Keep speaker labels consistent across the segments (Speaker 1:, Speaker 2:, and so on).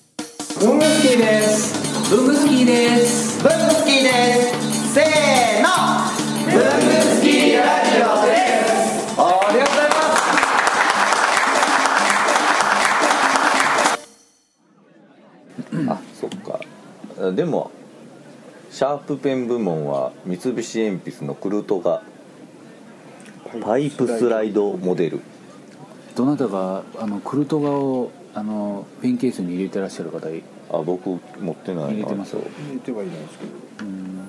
Speaker 1: 文具好きです文具好きです文具好きですせーの文具好きラジオですありがとうございます
Speaker 2: あそっかあでもシャープペン部門は三菱鉛筆のクルトガパイプスライドモデル
Speaker 3: どなたがあのクルトガをあのペンケースに入れてらっしゃる方い
Speaker 2: あ僕持ってないな
Speaker 3: 入れてます
Speaker 2: そう
Speaker 4: 入れてはいないですけど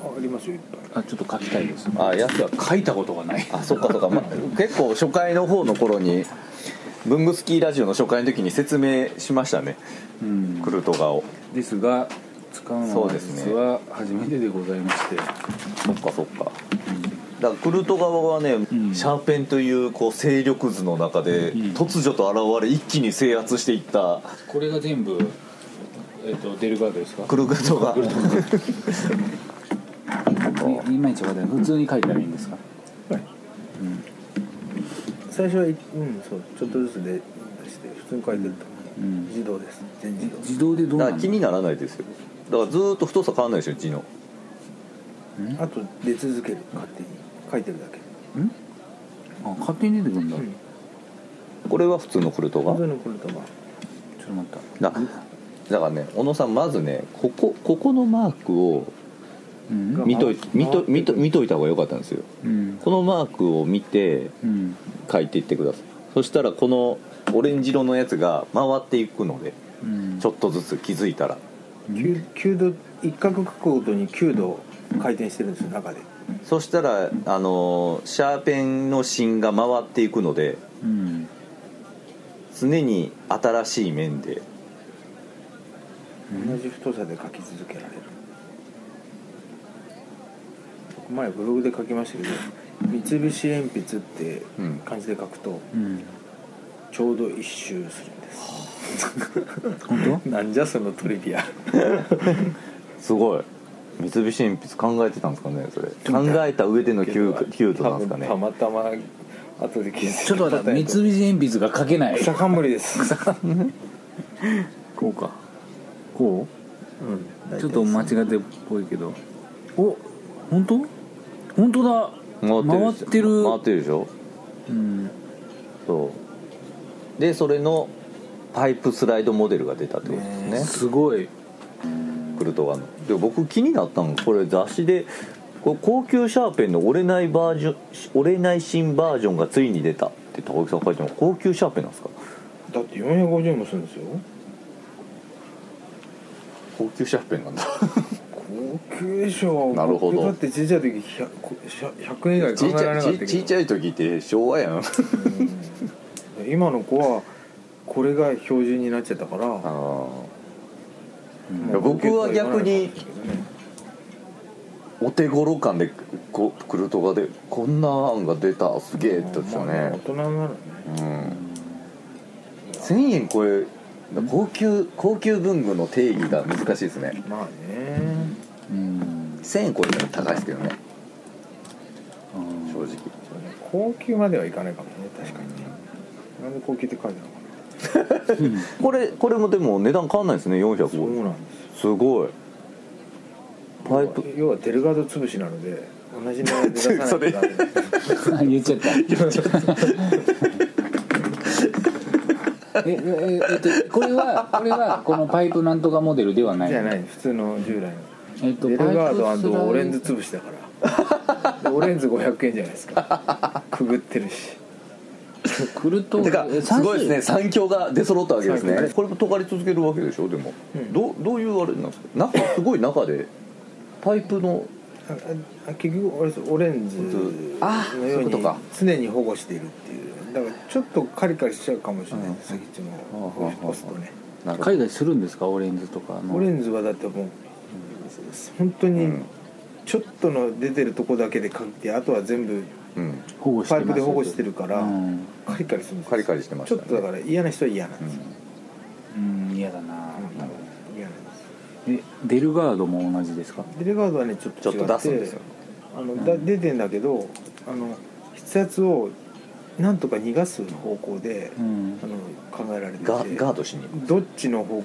Speaker 4: あありますよいっぱ
Speaker 3: あ
Speaker 4: い
Speaker 3: ちょっと書きたいです
Speaker 2: あやつは
Speaker 3: 書いたことがない
Speaker 2: あそっかそっか、ま、結構初回の方の頃に文具スキーラジオの初回の時に説明しましたね、クルトガを
Speaker 3: ですが使うの
Speaker 2: そう
Speaker 3: は
Speaker 2: ですね
Speaker 3: 実は初めてでございまして
Speaker 2: そっかそっか、だからクルトガはね、シャーペンというこう勢力図の中で、突如と現れ一気に制圧していった
Speaker 3: これが全部、えっとデルガードですか
Speaker 2: クルトガ
Speaker 3: いいまいちわかんない普通に書いたらいいんですか
Speaker 4: 最初はうんそうちょっとずつで出して普通に書いてると自動です全自動
Speaker 3: 自動でど
Speaker 2: だ
Speaker 3: うな
Speaker 2: から
Speaker 3: の
Speaker 2: 気にならないですよだからずーっと太さ変わんないですよ字の
Speaker 4: あと出続ける勝手に書いてるだけ
Speaker 3: あ勝手に出てくるんだ、
Speaker 4: うん
Speaker 3: ち
Speaker 2: これは普通のクルトガ
Speaker 4: 本当のこれとま
Speaker 3: ょっと待った
Speaker 2: だだからね小野さんまずねここここのマークを
Speaker 3: うん
Speaker 2: 見とい見と見と見といた方が良かったんですよ
Speaker 3: うん
Speaker 2: このマークを見て
Speaker 3: うん
Speaker 2: 書いていってくださいそしたらこのオレンジ色のやつが回っていくので
Speaker 3: うん
Speaker 2: ちょっとずつ気づいたら
Speaker 4: 9, 度一角書くごとに9度回転してるんですよ中で
Speaker 2: そしたらあのーシャーペンの芯が回っていくので
Speaker 3: うん
Speaker 2: 常に新しい面で
Speaker 4: 同じ太さで書き続けられる僕前ブログで書きましたけど三菱鉛筆って
Speaker 2: うん
Speaker 4: 漢字で書くと
Speaker 3: うん
Speaker 4: ちょうど一周するんです、
Speaker 3: 本
Speaker 4: なんじゃそのトリビ ア
Speaker 2: すごい三菱鉛筆考えてたんですかねそれ考えた上でのキューキュートなんですかね
Speaker 4: 多分たまたま後で気づい
Speaker 3: 当
Speaker 4: た
Speaker 3: ちょっと待った三菱鉛筆が書けない
Speaker 4: 草冠です
Speaker 3: こうかこうちょっと間違ってっぽいけどお本当本当だ回ってる
Speaker 2: 回ってるでしょ
Speaker 3: うん
Speaker 2: そうでそれのパイプスライドモデルが出たってことですね
Speaker 3: すごい
Speaker 2: クルトガので僕気になったのがこれ雑誌でこれ高級シャーペンの折れないバージョン折れない新バージョンがついに出たって高木さん書いてます高級シャーペンなんですか
Speaker 4: だって450円もするんですよ
Speaker 2: 高級シャーペンなんだ
Speaker 4: 高級でしょ
Speaker 2: なるほど
Speaker 4: だってちっちゃい時 100, こ100円以外
Speaker 2: ちっ
Speaker 4: 考え
Speaker 2: ち
Speaker 4: られ
Speaker 2: ゃ
Speaker 4: ないかったけ
Speaker 2: ち
Speaker 4: ど
Speaker 2: ちっちゃい時って昭和や ん
Speaker 4: うん今の子はこれが標準になっちゃったから
Speaker 2: あの
Speaker 4: もう
Speaker 2: 僕は逆にお手頃感でこクルトガでこんな案が出たすげえって言ってた
Speaker 4: まあまあ大
Speaker 2: ね
Speaker 4: 人になるね
Speaker 2: うん1000円超え高級高級文具の定義が難しいですね
Speaker 4: まあね
Speaker 3: うん
Speaker 2: 1000円超えたら高いですけどね正直
Speaker 4: そうね高級まではいかないかもね確かにねなんで高級って書いてあるのかな
Speaker 2: これこれもでも値段変わんないですね
Speaker 4: そ
Speaker 2: 450
Speaker 4: うなんですよ
Speaker 2: すごいパイプ
Speaker 4: 要はデルガード潰しなので同じ値段で出さないとダメ
Speaker 3: あ 言っちゃった ええええっとこれはこれはこのパイプなんとかモデルではない
Speaker 4: じゃない普通の従来の
Speaker 3: えっと
Speaker 4: デルガ
Speaker 3: パイ
Speaker 4: ー
Speaker 3: プスライ
Speaker 4: ドオレンズ潰しだから でオレンズ500円じゃないですかくぐってるし
Speaker 3: クルト
Speaker 2: て
Speaker 3: ガ
Speaker 2: かすごいですね三強が出揃ったわけです
Speaker 4: 三
Speaker 2: ね
Speaker 4: 強
Speaker 2: これも尖り続けるわけでしょでも、
Speaker 4: うん
Speaker 2: どうどういうあれなんですか中すごい中でパイプの
Speaker 4: ああ結局あれですオレンズ
Speaker 2: あ
Speaker 4: のよう
Speaker 2: そういうこと
Speaker 4: に
Speaker 2: か
Speaker 4: 常に保護しているっていうだからちょっとカリカリしちゃうかもしれないです先っちの
Speaker 2: はあはあ
Speaker 4: 押すとね
Speaker 2: なんか
Speaker 3: 海外するんですかオレンズとかの
Speaker 4: オレンズはだってもう本当
Speaker 2: う
Speaker 4: に
Speaker 2: ん
Speaker 4: ちょっとの出てるとこだけで書いてあとは全部
Speaker 2: うん
Speaker 3: 保護して
Speaker 4: パ
Speaker 3: ます
Speaker 4: イプで保護してるから
Speaker 3: うん
Speaker 4: カリカリするんですよ
Speaker 2: カリカリしてました
Speaker 4: ちょ
Speaker 2: ね
Speaker 4: っとだから嫌な人は嫌なんですよ
Speaker 3: うん嫌だな
Speaker 4: うん嫌なんです
Speaker 3: えデルガードも同じですか
Speaker 4: デレガードはねちょっと違っ
Speaker 2: ち
Speaker 4: て
Speaker 2: ょっと出すんですよ
Speaker 4: あのだ出てんだけどあの筆圧をなんとか逃がす方向で、
Speaker 3: うん
Speaker 4: あの考えられてて
Speaker 2: ガガードしに
Speaker 4: どっちの方向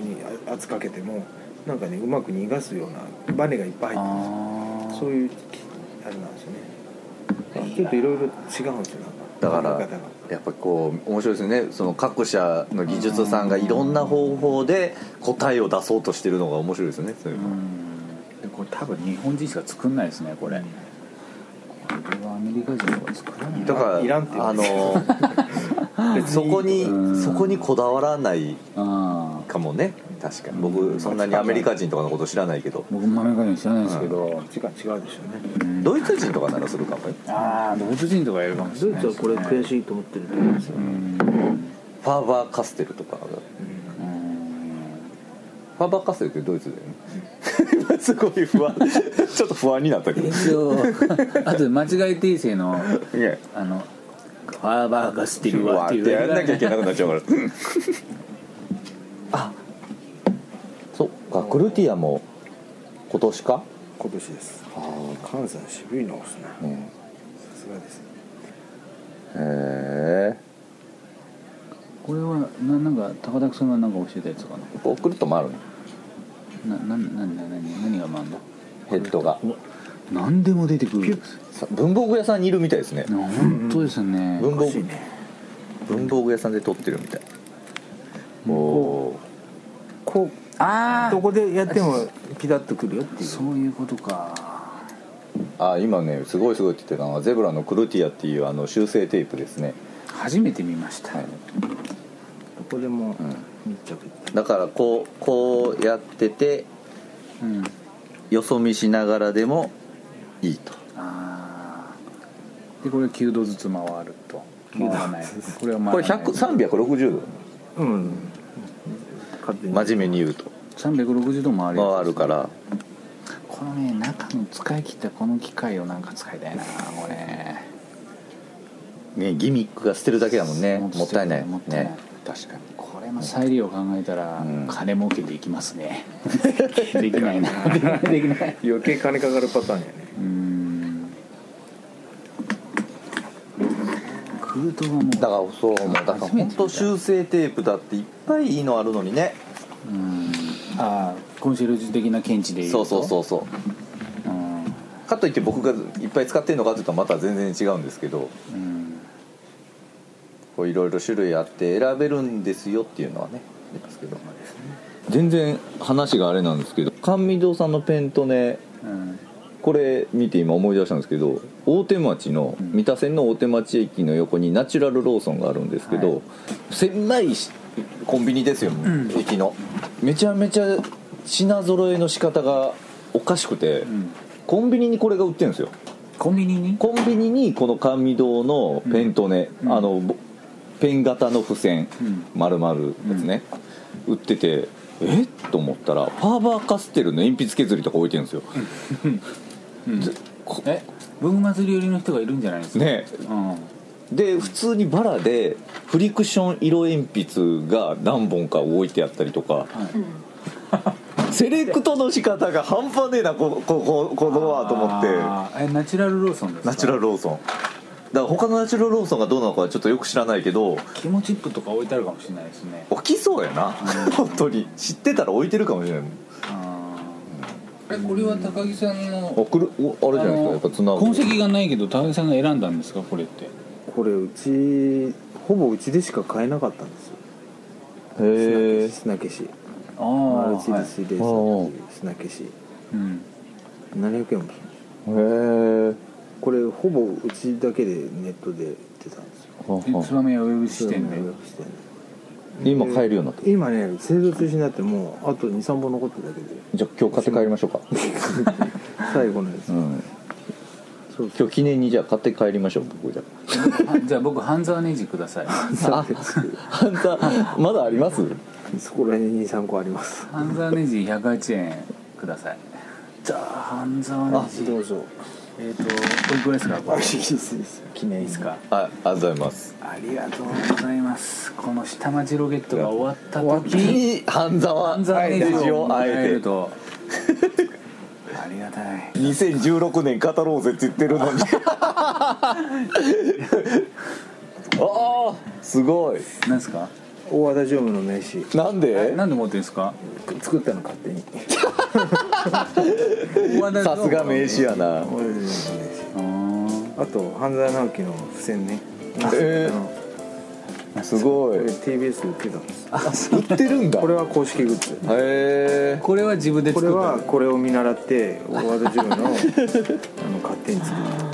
Speaker 4: に圧かけてもなんかねうまく逃がすようなバネがいっぱい入ってるんですよ
Speaker 3: あ
Speaker 4: そういうあれなんですよね。ちょっといろいろ違うんですよ。
Speaker 2: だか
Speaker 4: 考え
Speaker 2: ら
Speaker 4: 方が
Speaker 2: やっぱりこう面白いですねその各社の技術さんがいろんな方法で答えを出そうとしてるのが面白いですねそういう
Speaker 3: う
Speaker 2: の、
Speaker 3: んでこれ多分日本人しか作んないですねこれこれはアメリカ人とか作らない
Speaker 2: だから
Speaker 4: いらんって言
Speaker 2: あ
Speaker 4: われて
Speaker 2: のそこに
Speaker 3: ん
Speaker 2: そこにこだわらない
Speaker 3: ああ
Speaker 2: かもね確かに僕そんなにアメリカ人とかのこと知らないけど
Speaker 3: 僕もアメリカ人知らないですけど
Speaker 4: 時間違うでしょうね。
Speaker 3: うん
Speaker 2: ドイツ人とかならするかもね
Speaker 3: ああドイツ人とかやるかもし
Speaker 4: ド
Speaker 3: れ
Speaker 4: イ
Speaker 3: ない
Speaker 4: ツはこれ悔
Speaker 3: しい
Speaker 4: しいと思ってると思うんですよ。
Speaker 2: ファーバーカステルとかファーバーカステルってドイツだよね今 すごい不安ちょっと不安になったけど
Speaker 3: 一応あと間違い訂正の
Speaker 2: いや
Speaker 3: あのファーバーガスティル
Speaker 2: う
Speaker 3: は
Speaker 2: わ
Speaker 3: っ
Speaker 2: ー
Speaker 3: て
Speaker 2: って
Speaker 3: いう
Speaker 2: やんなきゃいけなくなっちゃうから あそっかクルティアも今年か
Speaker 4: 今年です。
Speaker 2: あ
Speaker 4: 関西渋いのですね。
Speaker 2: あうん
Speaker 4: さすがです。
Speaker 2: へえ
Speaker 3: これはななんか高田君がなんか教えたやつかな
Speaker 2: こうくると回るね
Speaker 3: ななななな何何が回んの
Speaker 2: ヘッドが
Speaker 3: 何でも出てくる
Speaker 2: さ文房具屋さんにいるみたいですね
Speaker 3: な本当ですね
Speaker 2: 文房
Speaker 4: おかし
Speaker 2: 具
Speaker 4: いね。
Speaker 2: 文房具屋さんで撮ってるみたいおー
Speaker 4: こ
Speaker 3: あ
Speaker 4: うど
Speaker 3: あ
Speaker 4: こでやってもピタッとくるよっていう。
Speaker 3: そういうことか
Speaker 2: あ今ねすごいすごいって言ってたのはゼブラのクルティアっていうあの修正テープですね、
Speaker 3: 初めて見ました、
Speaker 2: はい、
Speaker 4: どこでも密着。
Speaker 2: だからこうこうやってて
Speaker 3: うん
Speaker 2: よそ見しながらでもいいと
Speaker 3: あーでこれ9度ずつ回ると回らないこれは回らない
Speaker 2: これ100 360
Speaker 4: うん。勝手
Speaker 2: 度
Speaker 4: に。
Speaker 2: 真面目に言うと
Speaker 3: 360度回るやつ
Speaker 2: 回るから
Speaker 3: このね中の使い切ったこの機械をなんか使いたいなこれ
Speaker 2: ねギミックが捨てるだけだもんねもったいない
Speaker 3: もったいない
Speaker 2: ね確かに
Speaker 3: これも再利用考えたら
Speaker 2: うん
Speaker 3: 金儲けでいきますね、できないなできない
Speaker 4: 余計金かかるパターンやね。
Speaker 3: うーんクルトがもう
Speaker 2: だからそう思うだから
Speaker 3: 初めて
Speaker 2: 本
Speaker 3: 見た
Speaker 2: 当修正テープだっていっぱいいいのあるのにね
Speaker 3: うーんああコンシェルジュ的な見地でいう
Speaker 2: そ
Speaker 3: と
Speaker 2: うそうそううそう
Speaker 3: うん
Speaker 2: かといって僕がいっぱい使ってるのかっていうとまた全然違うんですけど
Speaker 3: うん
Speaker 2: こういろいろ種類あって選べるんですよっていうのはねありますけど全然話があれなんですけど甘味堂さんのペンとね
Speaker 3: うん
Speaker 2: これ見て今思い出したんですけど大手町の三田線の大手町駅の横にナチュラルローソンがあるんですけど、
Speaker 3: はい
Speaker 2: 狭いしコンビニですよ、駅のめちゃめちゃ品揃えの仕方がおかしくて、
Speaker 3: ん
Speaker 2: コンビニにこれが売ってるんですよ
Speaker 3: コンビニに
Speaker 2: コンビニにこの甘味堂のペンとね、あのぼペン型の付箋、
Speaker 3: うん
Speaker 2: 丸々ですね、売っててえっと思ったらファーバーカステルの鉛筆削りとか置いてるんですよ、でこ
Speaker 3: え文具祭り寄りの人がいるんじゃないですか
Speaker 2: ね
Speaker 3: うん
Speaker 2: で普通にバラでフリクション色鉛筆が何本か置いてあったりとか、 セレクトの仕方が半端ねえなここここのはと思って
Speaker 3: あーえナチュラルローソンですか
Speaker 2: ナチュラルローソンだから他のナチュラルローソンがどうなのかはちょっとよく知らないけど
Speaker 3: キモチップとか置いてあるかもしれないですね
Speaker 2: 起きそうやな本当に知ってたら置いてるかもしれないもん
Speaker 3: あーえこれは高木さんの
Speaker 2: 送るおあれじゃないですかやっぱつなぐ
Speaker 3: 痕跡がないけど高木さんが選んだんですかこれって
Speaker 4: これうちほぼうちでしか買えなかったんですよ。
Speaker 2: へえ
Speaker 4: 砂消し。砂消し
Speaker 3: あ
Speaker 4: マ
Speaker 3: あ
Speaker 4: ルチリスレーサーっていう砂消し。
Speaker 3: うん
Speaker 4: 700円もする。
Speaker 2: へえ
Speaker 4: これほぼうちだけでネットで売ってたんですよ
Speaker 3: でツバメはウェブ視
Speaker 4: それ
Speaker 3: 点
Speaker 4: も
Speaker 3: で
Speaker 4: 予約してね
Speaker 2: 今買えるようになった
Speaker 4: 今ね製造中止になってもうあと23本残ってるだけで
Speaker 2: じゃあ今日買って帰りましょうか、
Speaker 4: 最後のやつ、
Speaker 2: うん、
Speaker 4: そうそう
Speaker 2: 今日記念にじゃあ買って帰りましょう僕じゃ
Speaker 3: はじゃあ僕半沢ネジくだ さい
Speaker 2: あハンターまだあります
Speaker 4: そこら辺に23個あります
Speaker 3: 半沢ネジ108円くださいじゃあ半沢ネジ
Speaker 4: どうぞ
Speaker 3: えっ、とおいくらですかこ
Speaker 4: あ
Speaker 3: れ
Speaker 4: いい
Speaker 3: いい
Speaker 4: ですいいです記念
Speaker 3: で
Speaker 4: ですす
Speaker 3: か
Speaker 2: あありがとうございます
Speaker 3: ありがとうございますこの下町ロケットが終わった時
Speaker 2: いい半沢
Speaker 3: 半沢ネジを
Speaker 2: あ
Speaker 3: 迎え
Speaker 2: え
Speaker 3: る
Speaker 2: て
Speaker 3: とあありがたい
Speaker 2: 2016年語ろうぜって言ってる のにああすごい
Speaker 3: なんですか
Speaker 4: 大和田常務の名刺
Speaker 2: なんで
Speaker 3: なんで持ってるんですか
Speaker 4: 作ったの勝手に
Speaker 2: さすが名刺やな
Speaker 4: 大和田常務の名刺
Speaker 3: あー
Speaker 4: あと半沢直樹の付箋ね
Speaker 2: えー
Speaker 4: あの
Speaker 2: すご
Speaker 4: こ
Speaker 2: い
Speaker 4: れ TBS で売ってたんです
Speaker 2: 売ってるんだ
Speaker 4: これは公式グッズ
Speaker 2: へえ
Speaker 3: これは自分で
Speaker 4: これ
Speaker 3: 作った
Speaker 4: はこれを見習って大和田常務のあの勝手に作っ